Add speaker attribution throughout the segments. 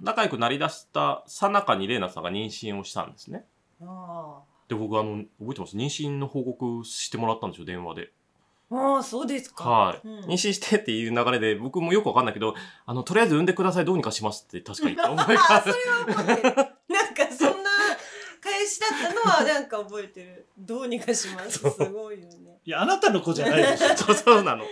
Speaker 1: 仲良くなりだしたさなかに玲奈さんが妊娠をしたんですね。
Speaker 2: あ
Speaker 1: で、僕、あの、覚えてます妊娠の報告してもらったんですよ、電話で。
Speaker 2: あああそうですか
Speaker 1: はい。
Speaker 2: うん
Speaker 1: 妊娠してっていう流れで、僕もよくわかんないけど、あの、とりあえず産んでください、どうにかしますって確か言 った覚えが
Speaker 2: あ
Speaker 1: あ
Speaker 2: それ
Speaker 1: る。
Speaker 2: は覚えてるなんかそんな返しだったのはなんか覚えてるどうにかしますす
Speaker 1: そう
Speaker 2: ごいよね
Speaker 3: いやあなたの子じゃないでしょ
Speaker 1: そうそう なの。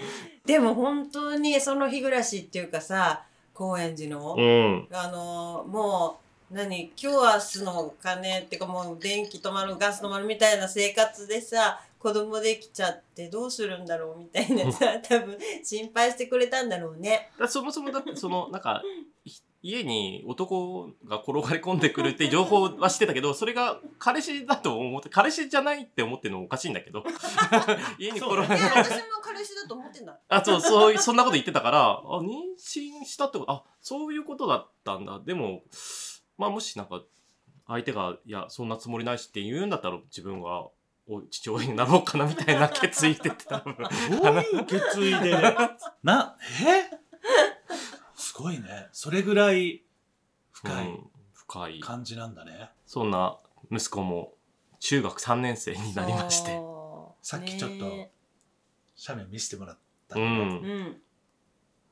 Speaker 2: でも本当にその日暮らしっていうかさ高円寺の、
Speaker 1: うん。
Speaker 2: あのもう何今日明日の金っていうかもう電気止まるガス止まるみたいな生活でさ子供できちゃってどうするんだろうみたいなさ多分心配してくれたんだろうね。
Speaker 1: だそもそもだって、その、なんか、ひ家に男が転がり込んでくるって情報はしてたけど、それが彼氏だと思って、彼氏じゃないって思ってるのおかしいんだ けど。家に転がり
Speaker 2: いや私も彼氏だと思ってない。
Speaker 1: あ、そう、そう、そんなこと言ってたから、あ、妊娠したってこと、あ、そういうことだったんだ。でも、まあ、もしなんか、相手が、いや、そんなつもりないしって言うんだったら、自分が、お父親になろうかな、みたいな決意でって 多分。
Speaker 3: どういう決意で なえすごいねそれぐらい深
Speaker 1: う
Speaker 3: い
Speaker 1: ん深い。
Speaker 3: 感じなんだね、
Speaker 1: そんな、息子も、中学3年生になりまして。
Speaker 2: そう
Speaker 3: さっきちょっと
Speaker 2: ね
Speaker 3: 斜面見せてもらった
Speaker 1: う
Speaker 3: けど、
Speaker 2: え
Speaker 1: ん。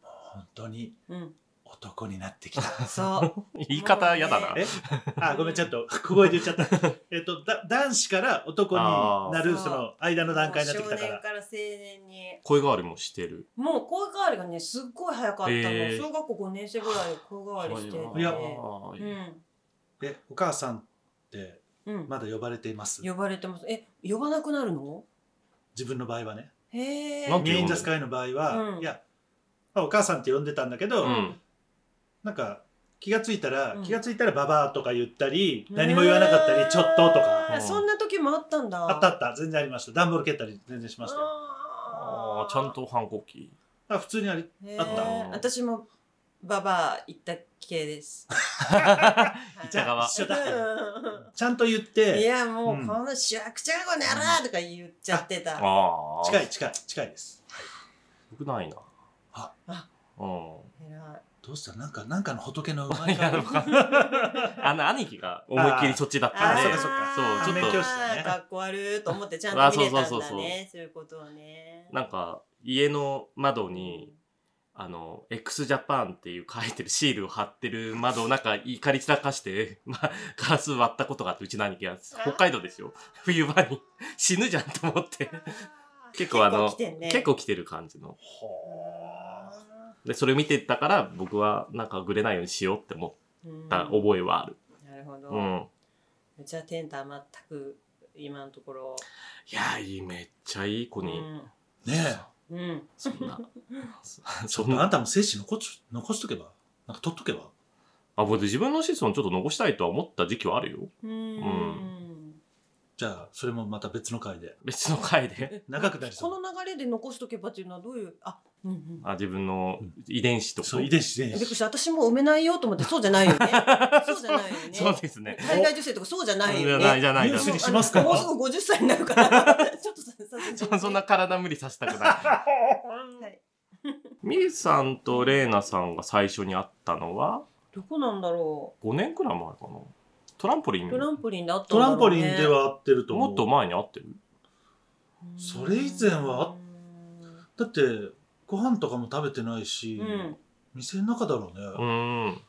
Speaker 3: 本当に
Speaker 2: うん うん
Speaker 3: 男になってきた
Speaker 2: そう
Speaker 1: 言い方嫌だな。
Speaker 3: え あごめんちょっと小声で言っちゃった えっとだ男子から男になる
Speaker 2: あー
Speaker 3: その間の段階になってきたか
Speaker 2: もう少
Speaker 3: ら
Speaker 2: 年から青年に
Speaker 1: 声変わりもしてる。
Speaker 2: もう声変わりがねすっごい早かったの、
Speaker 1: へー
Speaker 2: 小学校5年生ぐらいで声変わり
Speaker 1: い
Speaker 2: して
Speaker 3: い
Speaker 1: や
Speaker 3: や
Speaker 1: ー、
Speaker 3: でお母さんって
Speaker 2: うん、うん
Speaker 3: まだ呼ばれています
Speaker 2: 呼ばれてますえ呼ばなくなるの
Speaker 3: 自分の場合はね
Speaker 2: へえ
Speaker 1: なんて
Speaker 3: メインザスカイの場合は、
Speaker 2: うん
Speaker 3: いや、まあお母さんって呼んでたんだけど、
Speaker 1: うん
Speaker 3: なんか気がついたら、
Speaker 2: うん
Speaker 3: 気がついたらババアとか言ったり何も言わなかったりちょっととか
Speaker 2: へーそんな時もあったんだ
Speaker 3: あったあった全然ありました段ボール蹴ったり全然しましたよ
Speaker 1: あーちゃんと反抗 期。
Speaker 3: あ普通にあり
Speaker 2: へー
Speaker 3: あった
Speaker 2: 私もババア行った系 です、はい
Speaker 3: じゃあ
Speaker 1: 側
Speaker 3: 一緒だ
Speaker 2: う
Speaker 3: ちゃんと言っ
Speaker 2: んい
Speaker 3: て
Speaker 2: やもう、
Speaker 3: うん
Speaker 2: この主役ちゃんこならとか言っちゃってた
Speaker 1: ああ。
Speaker 3: 近い近い近いです
Speaker 1: 僕ないな。
Speaker 3: あ
Speaker 2: あ
Speaker 1: うん。
Speaker 2: 偉
Speaker 3: どうしたなんかなんかの仏の生ま れ
Speaker 1: いや、
Speaker 3: 変
Speaker 1: なん
Speaker 3: わ
Speaker 1: かあの、兄貴が思いっきりそっちだっ
Speaker 2: あ
Speaker 1: たん
Speaker 2: ー
Speaker 1: で。
Speaker 3: そうかそうか
Speaker 1: そうちょっと
Speaker 3: 反面教師だね
Speaker 2: かっこ悪いと思ってちゃん
Speaker 1: あー
Speaker 2: と見れたんだね
Speaker 1: そ
Speaker 2: そうう
Speaker 1: そうそうそう
Speaker 2: いうことをね
Speaker 1: なんか、家の窓に、あの、x ジャパンっていう書いてるシールを貼ってる窓をなんか怒り散らかして、 まあ、ガラス割ったことがあって、うちの兄貴が、北海道ですよ。冬場に。死ぬじゃんと思って。結構あの、
Speaker 2: 結構来てんね
Speaker 1: 結構来てる感じの。
Speaker 3: ほー
Speaker 1: で、それ見てたから、僕はなんかぐれないようにしようって思
Speaker 2: うん
Speaker 1: った覚えはある。
Speaker 2: なるほど、
Speaker 1: うん
Speaker 2: うちはテンタ全く今のところ
Speaker 1: いやーいいめっちゃいい子に、
Speaker 3: ねえ
Speaker 2: うん、うん、
Speaker 1: そんなそ
Speaker 3: ち ょ
Speaker 1: そ
Speaker 3: っ
Speaker 1: ん
Speaker 3: とあ
Speaker 1: なん
Speaker 3: たも精子残し残しとけばなんか取っとけば
Speaker 1: あ僕自分の子孫ちょっと残したいとは思った時期はあるよ
Speaker 2: う
Speaker 1: うん
Speaker 3: じゃあそれもまた別の回で
Speaker 1: 別の回 で
Speaker 3: 長くなりそう
Speaker 2: この流れで残しとけばっていうのはどういうあうんうん
Speaker 1: あ自分の
Speaker 3: うん
Speaker 1: 遺伝子とか、
Speaker 3: そう遺伝子
Speaker 2: び
Speaker 3: 遺
Speaker 2: っ
Speaker 3: 伝
Speaker 2: くり
Speaker 3: 子
Speaker 2: した私もう埋めないよと思ってそうじゃないよねそうじゃないよ ね
Speaker 1: そうですね
Speaker 2: 海外女性とかそうじゃない
Speaker 1: じゃ
Speaker 2: よ
Speaker 1: ない
Speaker 2: ね
Speaker 1: じゃない
Speaker 3: ニュース
Speaker 1: じゃ
Speaker 3: に
Speaker 1: ない
Speaker 3: しますか
Speaker 2: もうすぐ50歳になるから ちょっとささすが
Speaker 1: そ
Speaker 2: に
Speaker 1: そんな 体無理させたくない
Speaker 2: はい
Speaker 1: ミリさんとレイナさんが最初に会ったのは
Speaker 2: どこなんだろ
Speaker 1: 5年くらい前かなトランポリ
Speaker 2: う
Speaker 1: ン
Speaker 2: トランポリンであった
Speaker 3: ト
Speaker 2: んだ
Speaker 3: ラ
Speaker 2: ろ
Speaker 3: ンポ
Speaker 2: う
Speaker 3: リ
Speaker 2: ね
Speaker 3: ンでは合ってると思う
Speaker 1: もっと前に会ってる
Speaker 2: うん
Speaker 3: それ以前はだってご飯とかも食べてないし、
Speaker 2: うん
Speaker 3: 店の中だろ
Speaker 1: う
Speaker 3: うね、
Speaker 1: ーん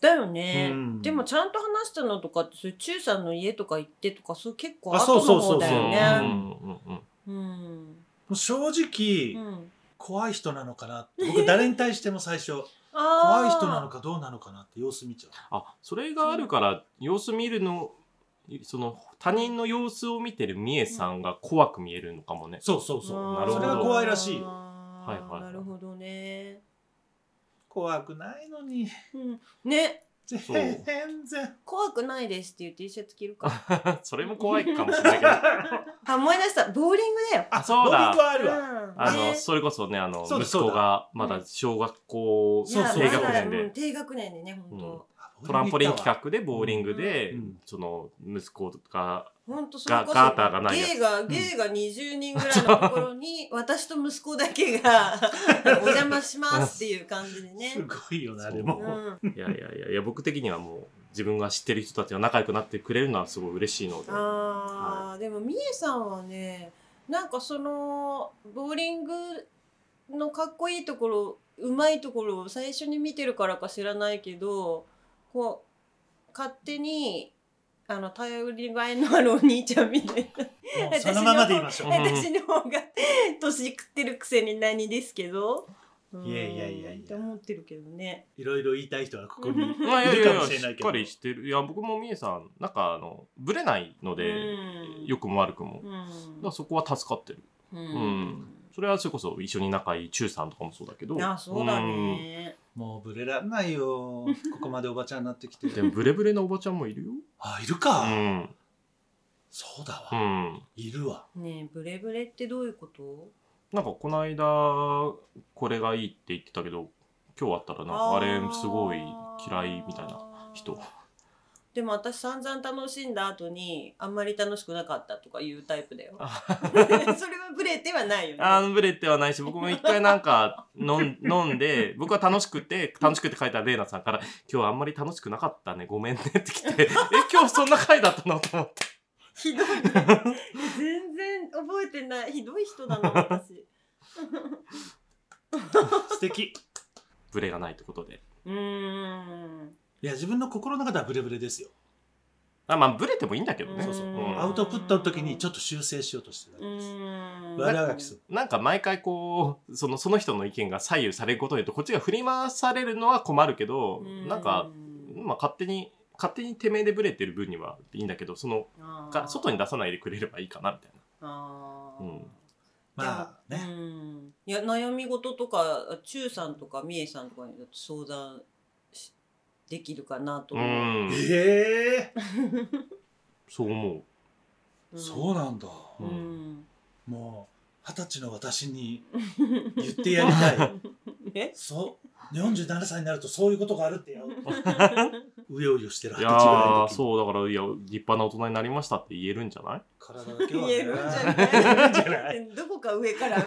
Speaker 2: だよね、
Speaker 3: うん
Speaker 2: でもちゃんと話したのとかってそういう中さんの家とか行ってとかそう結構
Speaker 3: あそう
Speaker 2: 後
Speaker 3: そ
Speaker 2: の
Speaker 3: うそ
Speaker 2: 方
Speaker 3: うそう
Speaker 2: だ
Speaker 1: うん
Speaker 2: よ
Speaker 1: う
Speaker 2: ね
Speaker 1: んうんうん
Speaker 2: うん
Speaker 3: 正直、
Speaker 2: うん
Speaker 3: 怖い人なのかなって僕誰に対しても 最初
Speaker 2: あー
Speaker 3: 怖い人なのかどうなのかなって様子見ちゃう
Speaker 1: あそれがあるから様子見るのその他人の様子を見てる三重さんが怖く見えるのかも ね、
Speaker 3: そうそうそう
Speaker 2: あー
Speaker 1: なるほど
Speaker 3: それが怖いらしいよ
Speaker 2: あ
Speaker 1: はい
Speaker 2: ー
Speaker 1: はいはい
Speaker 2: なるほどね、
Speaker 3: 怖くないのに
Speaker 2: うん、ね
Speaker 3: 全
Speaker 1: う
Speaker 3: 然
Speaker 2: 怖くないですっていう T シャツ着るか
Speaker 1: それも怖いかもしれない けど
Speaker 2: あ思い出したボーリングだよ
Speaker 1: あそうだ
Speaker 3: 僕はあるわ、
Speaker 2: うん
Speaker 1: あの
Speaker 2: ね
Speaker 1: それこそねあの
Speaker 3: そうだ
Speaker 1: 息子がまだ小学校
Speaker 2: いや
Speaker 3: そうそ
Speaker 1: 低
Speaker 3: う
Speaker 1: 学年
Speaker 2: まだうん
Speaker 1: で
Speaker 2: 低学年でね本当、
Speaker 1: トランポリン企画でボーリングで、
Speaker 3: うん
Speaker 1: その息子が
Speaker 2: 本当それこそ
Speaker 1: ガガーターがないやつ
Speaker 2: 芸が芸が20人ぐらいのところに私と息子だけ がお邪魔しますっていう感じでね
Speaker 3: す。ごいよな、
Speaker 1: そう
Speaker 3: で
Speaker 2: う
Speaker 3: も。
Speaker 2: ん、
Speaker 1: いやいやいやいや、僕的にはもう、自分が知ってる人たちが仲良くなってくれるのはすごい嬉しいので。
Speaker 2: あーでもみえさんはねなんかそのボーリングのかっこいいところうまいところを最初に見てるからか知らないけどこう勝手にあの頼りがいのあるお兄ちゃんみたいな。
Speaker 3: もうそのままでいましょう。
Speaker 1: うん
Speaker 2: 私の方が年食ってるくせに何ですけど。うん
Speaker 3: いやいやいやいや
Speaker 2: って思ってるけどね。
Speaker 3: いろいろ言いたい人はここに
Speaker 2: うん
Speaker 1: まあいや
Speaker 3: い
Speaker 1: い
Speaker 3: るか
Speaker 1: やい
Speaker 3: も
Speaker 1: や、
Speaker 3: しれ
Speaker 1: し
Speaker 3: ない
Speaker 1: っ
Speaker 3: けど
Speaker 1: か。りしてる。いや、僕もみえさん、なんかあの、ぶれないので、
Speaker 2: うん
Speaker 1: 良、くも悪くも。だ
Speaker 2: う
Speaker 1: か
Speaker 2: ん
Speaker 1: らそこは助かってる。
Speaker 2: う
Speaker 1: それはそれこそ一緒に仲いい中さんとかもそうだけど。
Speaker 2: あ、そうだね。
Speaker 3: もうブレらんないよ。ここまでおばちゃんになってきて
Speaker 1: うん。。でも、ブレブレのおばちゃんもいるよ。
Speaker 3: あ、いる
Speaker 1: う
Speaker 3: か。
Speaker 1: ん。
Speaker 3: そうだ
Speaker 1: う
Speaker 3: わ。
Speaker 1: ん。
Speaker 3: いるわ。
Speaker 2: ねえ、ブレブレってどういうこと？
Speaker 1: なんかこの間これがいいって言ってたけど今日あったらなんかあれすごい嫌いみたいな
Speaker 2: な
Speaker 1: 人。
Speaker 2: でも私散々楽しんだ後にあんまり楽しくなかったとかいうタイプだよ。 それはブレてはないよね。
Speaker 1: あのブレてはないし僕も一回なん か飲ん飲んで僕は楽しくて楽しくて書いたレイナさんから「今日あんまり楽しくなかったねごめんね」って来 て「え今日そんな回だったの?」と思って
Speaker 2: ひどい、ね、 全然覚えてないひどい人だな私。
Speaker 3: 素敵。
Speaker 1: ブレがないってことで
Speaker 2: うーん。
Speaker 3: いや、自分の心の中ではブレブレですよ。
Speaker 1: あまあブレてもいいんだけどね
Speaker 2: うん
Speaker 1: ん
Speaker 3: アウトプットの時にちょっと修正しようとして
Speaker 2: う
Speaker 3: る。
Speaker 2: ーん。
Speaker 3: 悪あがきする。
Speaker 1: なんか毎回こうそのその人の意見が左右されることによってこっちが振り回されるのは困るけど
Speaker 2: う
Speaker 1: なんかまあ、勝手に勝手にてめえでブレてる分にはいいんだけどその
Speaker 2: あー
Speaker 1: が外に出さないでくれればいいかなみたいな
Speaker 2: あー
Speaker 1: うん
Speaker 3: まあ
Speaker 2: じゃ
Speaker 3: ね。
Speaker 2: うんいや悩み事とか中さんとかみえさんとかにだと相談しできるかなと
Speaker 1: う
Speaker 2: 思う、
Speaker 1: ん
Speaker 3: ええ。
Speaker 1: そう 思
Speaker 2: うん、
Speaker 3: そうなんだ。
Speaker 2: う
Speaker 1: うんん、
Speaker 3: もう、二十歳の私に言ってやりたい。
Speaker 2: え
Speaker 3: そう。47歳になるとそういうことがあるってよ。うようよして
Speaker 1: う
Speaker 3: る
Speaker 1: い
Speaker 3: 二十
Speaker 1: や
Speaker 3: 歳ぐらい
Speaker 1: ー
Speaker 3: の時に
Speaker 1: そうだからいや立派な大人になりましたって言えるんじゃない
Speaker 3: 体だけ
Speaker 2: 言
Speaker 3: はね
Speaker 2: えるんじゃない
Speaker 3: 言えるんじゃない
Speaker 2: どこか上から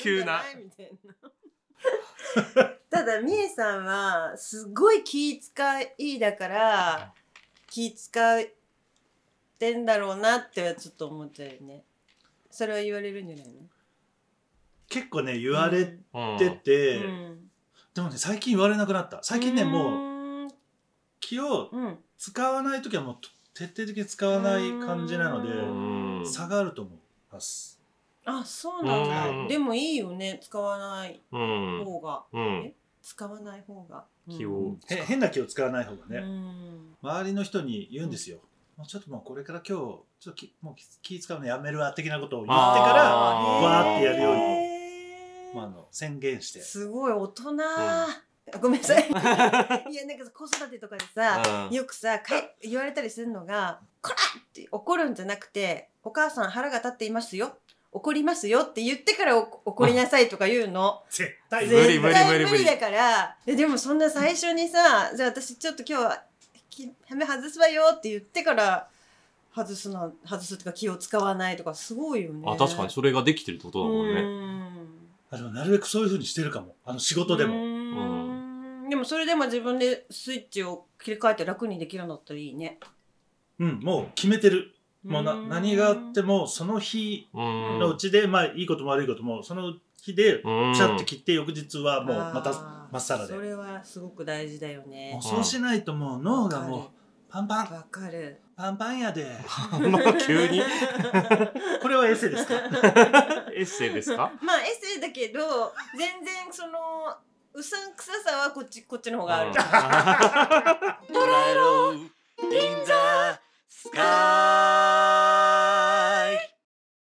Speaker 1: 急な
Speaker 2: 言えるんじゃないみたいなただみえさんはすごい気使いだから気使ってんだろうなってはちょっと思っちゃうよねそれは言われるんじゃないの
Speaker 3: 結構ね言われ
Speaker 1: うん
Speaker 3: てて、
Speaker 2: うん
Speaker 3: でもね最近言われなくなった最近ねもう
Speaker 2: う
Speaker 3: 気を
Speaker 2: ーんうん
Speaker 3: 使わない時はもうと徹底的に使わない感じなの
Speaker 1: うん
Speaker 3: で差があると思います
Speaker 2: あそうなんだ、
Speaker 1: うん
Speaker 2: でもいいよね使わない
Speaker 1: うん
Speaker 2: 方が、
Speaker 1: うん
Speaker 2: 使わない方が
Speaker 1: 気
Speaker 2: うん
Speaker 1: を
Speaker 3: へ変な気を使わない方が
Speaker 2: う
Speaker 3: ね、
Speaker 2: ん
Speaker 3: 周りの人に言うんですよ、もうちょっともうこれから今日ちょっときもう気気使うのやめるわ的なことを言ってから
Speaker 1: あー
Speaker 3: わーってやるように
Speaker 2: へー
Speaker 3: まあ、あの宣言して
Speaker 2: すごい大人、ごめんなさい いやなんか子育てとかでさ、よくさかい言われたりするのが「こら!」って怒るんじゃなくて「お母さん腹が立っていますよ怒りますよ」って言ってからお怒りなさいとか言うの。
Speaker 3: 絶対
Speaker 1: 無理
Speaker 3: ね
Speaker 2: 絶対
Speaker 1: 無理無理無理
Speaker 2: だからででもそんな最初にさじゃあ私ちょっと今日はきはめ外すわよって言ってから外すの外すとか気を使わないとかすごいよね
Speaker 1: あ確かにそれができてるってことだもんね
Speaker 2: うん
Speaker 3: あでもなるべくそういうふうにしてるかもあの仕事で
Speaker 2: う
Speaker 3: も
Speaker 2: ーんでもそれでも自分でスイッチを切り替えて楽にできるんだったらいいね
Speaker 3: うん、もう決めてるもうな
Speaker 2: ーん
Speaker 3: 何があってもその日
Speaker 1: うん
Speaker 3: のうちで、まあ、いいことも悪いことも、その日で、
Speaker 1: うん
Speaker 3: ピシャって切って、翌日はもう、また、
Speaker 2: あー
Speaker 3: まっさらで。
Speaker 2: そ
Speaker 3: も
Speaker 2: れはすごく大事だよね
Speaker 3: うそうしないと、もう脳がもう、パンパン、
Speaker 2: わかる
Speaker 3: パンパンやで。
Speaker 1: 急 に
Speaker 3: これはエセですか
Speaker 1: エッセイですか
Speaker 2: まあエッセイだけど全然そのうさんくささはこっちこ っちの方があ
Speaker 1: う
Speaker 2: る、
Speaker 1: ん捉えろ銀座スカ